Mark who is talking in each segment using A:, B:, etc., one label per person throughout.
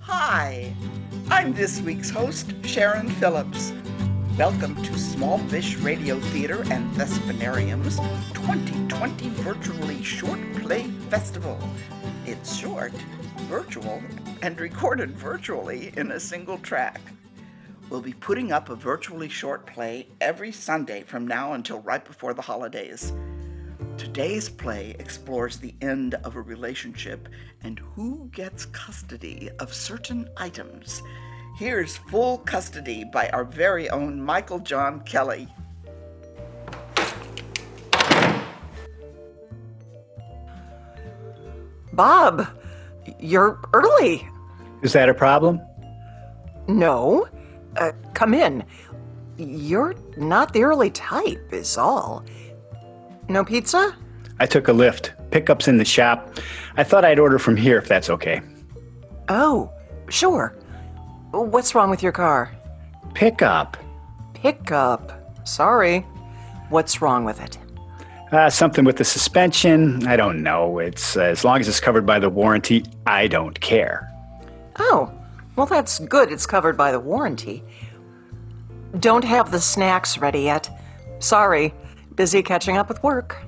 A: Hi, I'm this week's host, Sharon Phillips. Welcome to Small Fish Radio Theater and Vespanarium's 2020 Virtually Short Play Festival. It's short, virtual, and recorded virtually in a single track. We'll be putting up a virtually short play every Sunday from now until right before the holidays. Today's play explores the end of a relationship and who gets custody of certain items. Here's Full Custody by our very own Michael John Kelly.
B: Bob, you're early.
C: Is that a problem?
B: No. Uh, come in. You're not the early type, is all. No pizza?
C: I took a lift. Pickup's in the shop. I thought I'd order from here if that's okay.
B: Oh, sure. What's wrong with your car?
C: Pickup?
B: Pickup. Sorry. What's wrong with it?
C: Uh, something with the suspension? I don't know. It's uh, as long as it's covered by the warranty, I don't care.
B: Oh, well, that's good. It's covered by the warranty. Don't have the snacks ready yet. Sorry. Busy catching up with work.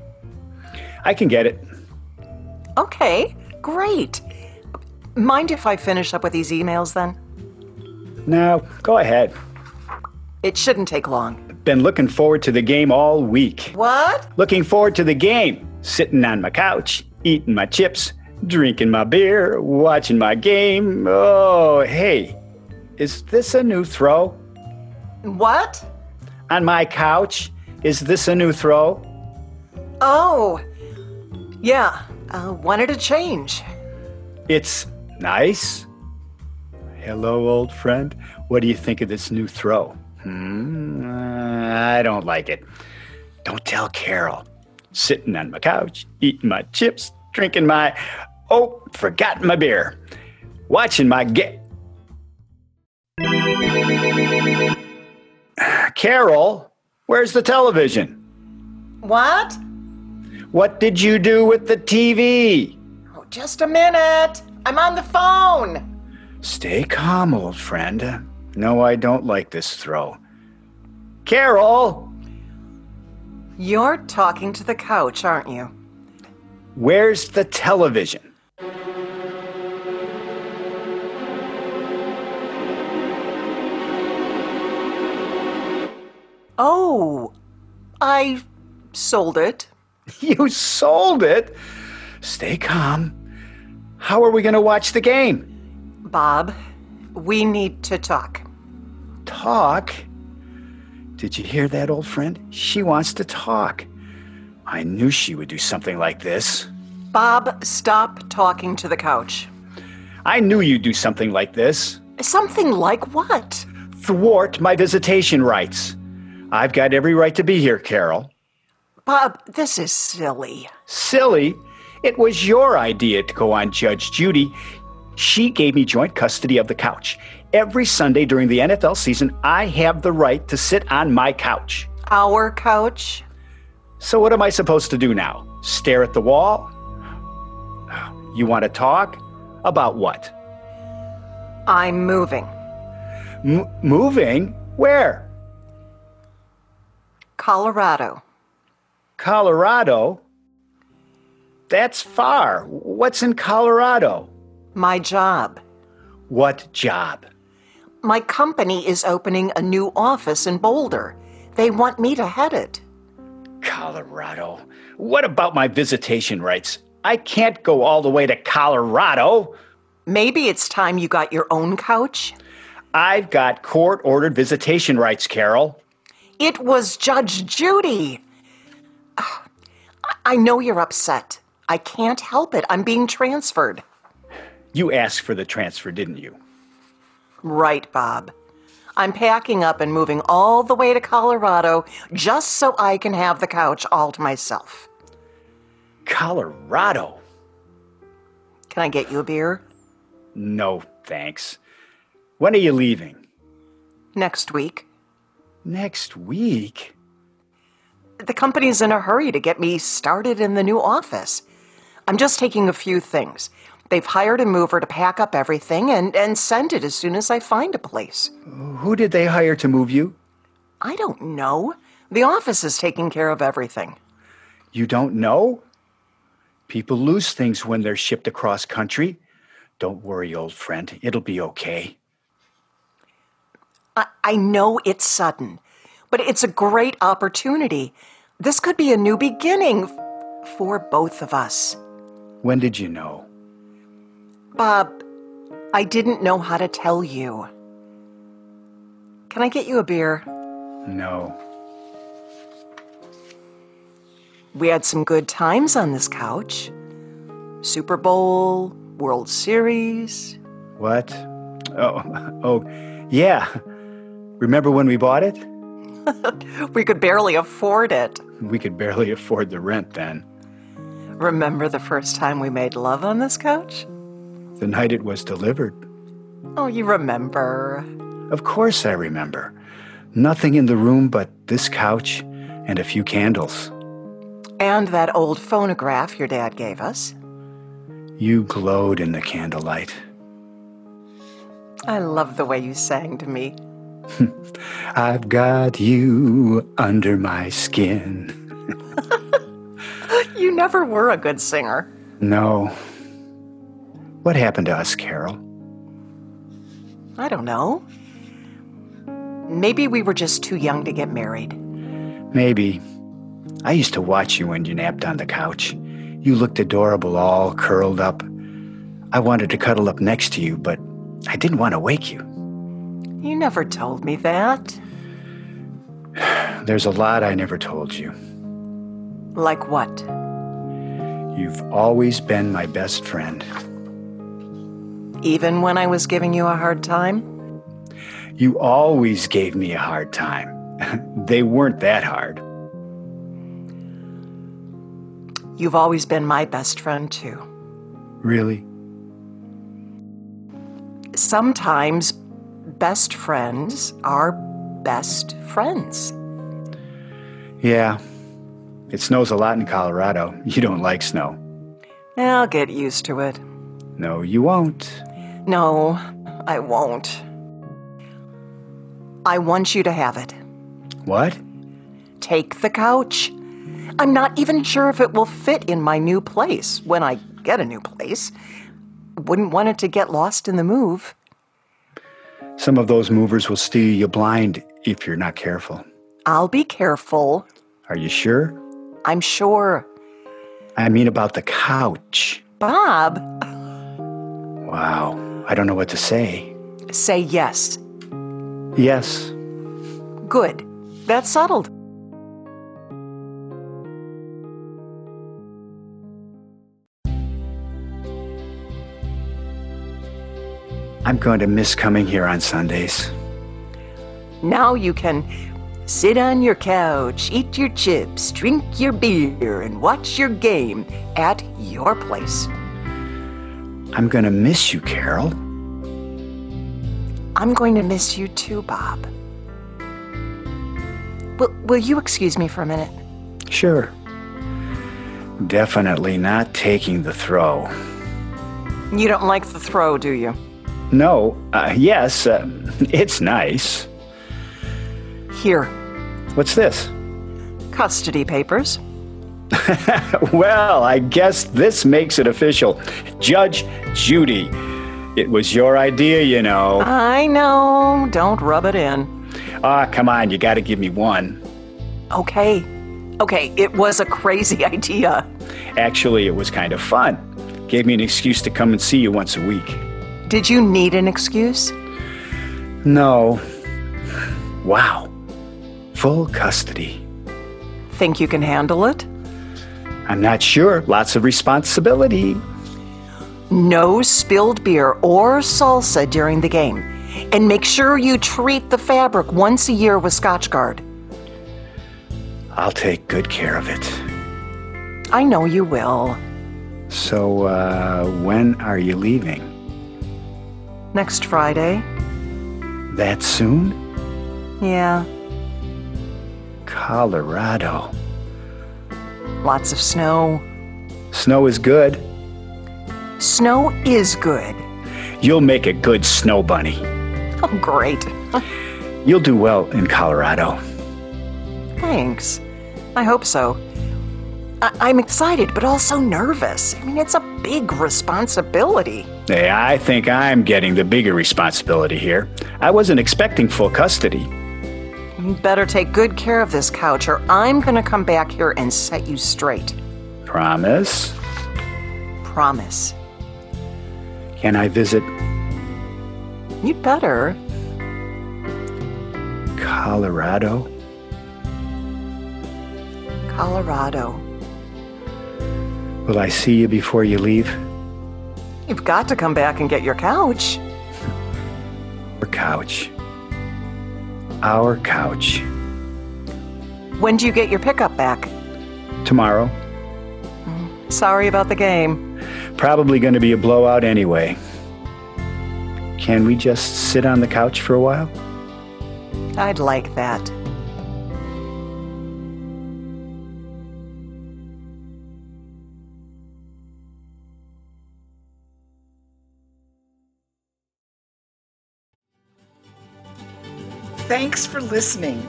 C: I can get it.
B: Okay, great. Mind if I finish up with these emails then?
C: No, go ahead.
B: It shouldn't take long.
C: Been looking forward to the game all week.
B: What?
C: Looking forward to the game. Sitting on my couch, eating my chips, drinking my beer, watching my game. Oh, hey, is this a new throw?
B: What?
C: On my couch? Is this a new throw?
B: Oh, yeah. Uh, wanted a change.
C: It's nice. Hello, old friend. What do you think of this new throw? Hmm, uh, I don't like it. Don't tell Carol. Sitting on my couch, eating my chips, drinking my. Oh, forgot my beer. Watching my get. Carol, where's the television?
B: What?
C: What did you do with the TV?
B: Oh, just a minute. I'm on the phone.
C: Stay calm, old friend. No, I don't like this throw. Carol,
B: You're talking to the couch, aren't you?
C: where's the television?
B: Oh, I sold it.
C: You sold it. Stay calm. How are we going to watch the game?
B: Bob, we need to talk.
C: Talk? Did you hear that, old friend? She wants to talk. I knew she would do something like this.
B: Bob, stop talking to the couch.
C: I knew you'd do something like this.
B: Something like what?
C: Thwart my visitation rights. I've got every right to be here, Carol.
B: Bob, this is silly.
C: Silly. It was your idea to go on Judge Judy. She gave me joint custody of the couch. Every Sunday during the NFL season, I have the right to sit on my couch.
B: Our couch?
C: So, what am I supposed to do now? Stare at the wall? You want to talk? About what?
B: I'm moving.
C: M- moving? Where?
B: Colorado.
C: Colorado? That's far. What's in Colorado?
B: My job.
C: What job?
B: My company is opening a new office in Boulder. They want me to head it.
C: Colorado. What about my visitation rights? I can't go all the way to Colorado.
B: Maybe it's time you got your own couch.
C: I've got court ordered visitation rights, Carol.
B: It was Judge Judy. Ah, I I know you're upset. I can't help it. I'm being transferred.
C: You asked for the transfer, didn't you?
B: Right, Bob. I'm packing up and moving all the way to Colorado just so I can have the couch all to myself.
C: Colorado?
B: Can I get you a beer?
C: No, thanks. When are you leaving?
B: Next week.
C: Next week?
B: The company's in a hurry to get me started in the new office. I'm just taking a few things. They've hired a mover to pack up everything and, and send it as soon as I find a place.
C: Who did they hire to move you?
B: I don't know. The office is taking care of everything.
C: You don't know? People lose things when they're shipped across country. Don't worry, old friend. It'll be okay.
B: I, I know it's sudden, but it's a great opportunity. This could be a new beginning f- for both of us.
C: When did you know?
B: Bob, I didn't know how to tell you. Can I get you a beer?
C: No.
B: We had some good times on this couch Super Bowl, World Series.
C: What? Oh, oh, yeah. Remember when we bought it?
B: We could barely afford it.
C: We could barely afford the rent then.
B: Remember the first time we made love on this couch?
C: The night it was delivered.
B: Oh, you remember.
C: Of course I remember. Nothing in the room but this couch and a few candles.
B: And that old phonograph your dad gave us.
C: You glowed in the candlelight.
B: I love the way you sang to me.
C: I've got you under my skin.
B: You never were a good singer.
C: No. What happened to us, Carol?
B: I don't know. Maybe we were just too young to get married.
C: Maybe. I used to watch you when you napped on the couch. You looked adorable, all curled up. I wanted to cuddle up next to you, but I didn't want to wake you.
B: You never told me that.
C: There's a lot I never told you.
B: Like what?
C: You've always been my best friend.
B: Even when I was giving you a hard time?
C: You always gave me a hard time. they weren't that hard.
B: You've always been my best friend, too.
C: Really?
B: Sometimes best friends are best friends.
C: Yeah. It snows a lot in Colorado. You don't like snow.
B: I'll get used to it.
C: No, you won't.
B: No, I won't. I want you to have it.
C: What?
B: Take the couch. I'm not even sure if it will fit in my new place when I get a new place. Wouldn't want it to get lost in the move.
C: Some of those movers will steal you blind if you're not careful.
B: I'll be careful.
C: Are you sure?
B: I'm sure.
C: I mean, about the couch.
B: Bob,
C: Wow. I don't know what to say.
B: say yes.
C: Yes.
B: Good. That's settled.
C: I'm going to miss coming here on Sundays.
B: Now you can sit on your couch, eat your chips, drink your beer, and watch your game at your place.
C: I'm going to miss you, Carol.
B: I'm going to miss you too, Bob. Will, will you excuse me for a minute?
C: Sure. Definitely not taking the throw.
B: You don't like the throw, do you?
C: No, uh, yes, uh, it's nice.
B: Here,
C: What's this?
B: custody papers.
C: Well, I guess this makes it official. Judge Judy. It was your idea, you know.
B: I know, don't rub it in.
C: Ah, come on, you got to give me one.
B: Okay, okay, it was a crazy idea.
C: Actually, it was kind of fun. Gave me an excuse to come and see you once a week.
B: Did you need an excuse?
C: No. Wow. Full custody.
B: Think you can handle it?
C: I'm not sure. Lots of responsibility.
B: No spilled beer or salsa during the game. And make sure you treat the fabric once a year with Scotch Guard.
C: I'll take good care of it.
B: I know you will.
C: So, uh, when are you leaving?
B: Next Friday?
C: That soon?
B: Yeah.
C: Colorado.
B: Lots of snow.
C: Snow is good.
B: Snow is good.
C: You'll make a good snow bunny.
B: Oh, great.
C: You'll do well in Colorado.
B: Thanks. I hope so. I- I'm excited, but also nervous. I mean, it's a big responsibility.
C: Hey, I think I'm getting the bigger responsibility here. I wasn't expecting full custody.
B: You better take good care of this couch, or I'm gonna come back here and set you straight.
C: Promise?
B: Promise.
C: Can I visit
B: You'd better.
C: Colorado?
B: Colorado.
C: Will I see you before you leave?
B: You've got to come back and get your couch.
C: Our couch. Our couch.
B: When do you get your pickup back?
C: Tomorrow.
B: Sorry about the game.
C: Probably going to be a blowout anyway. Can we just sit on the couch for a while?
B: I'd like that.
A: Thanks for listening.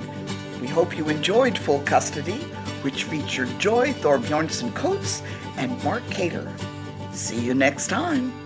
A: We hope you enjoyed Full Custody, which featured Joy Thorbjornsen Coates and Mark Cater. See you next time.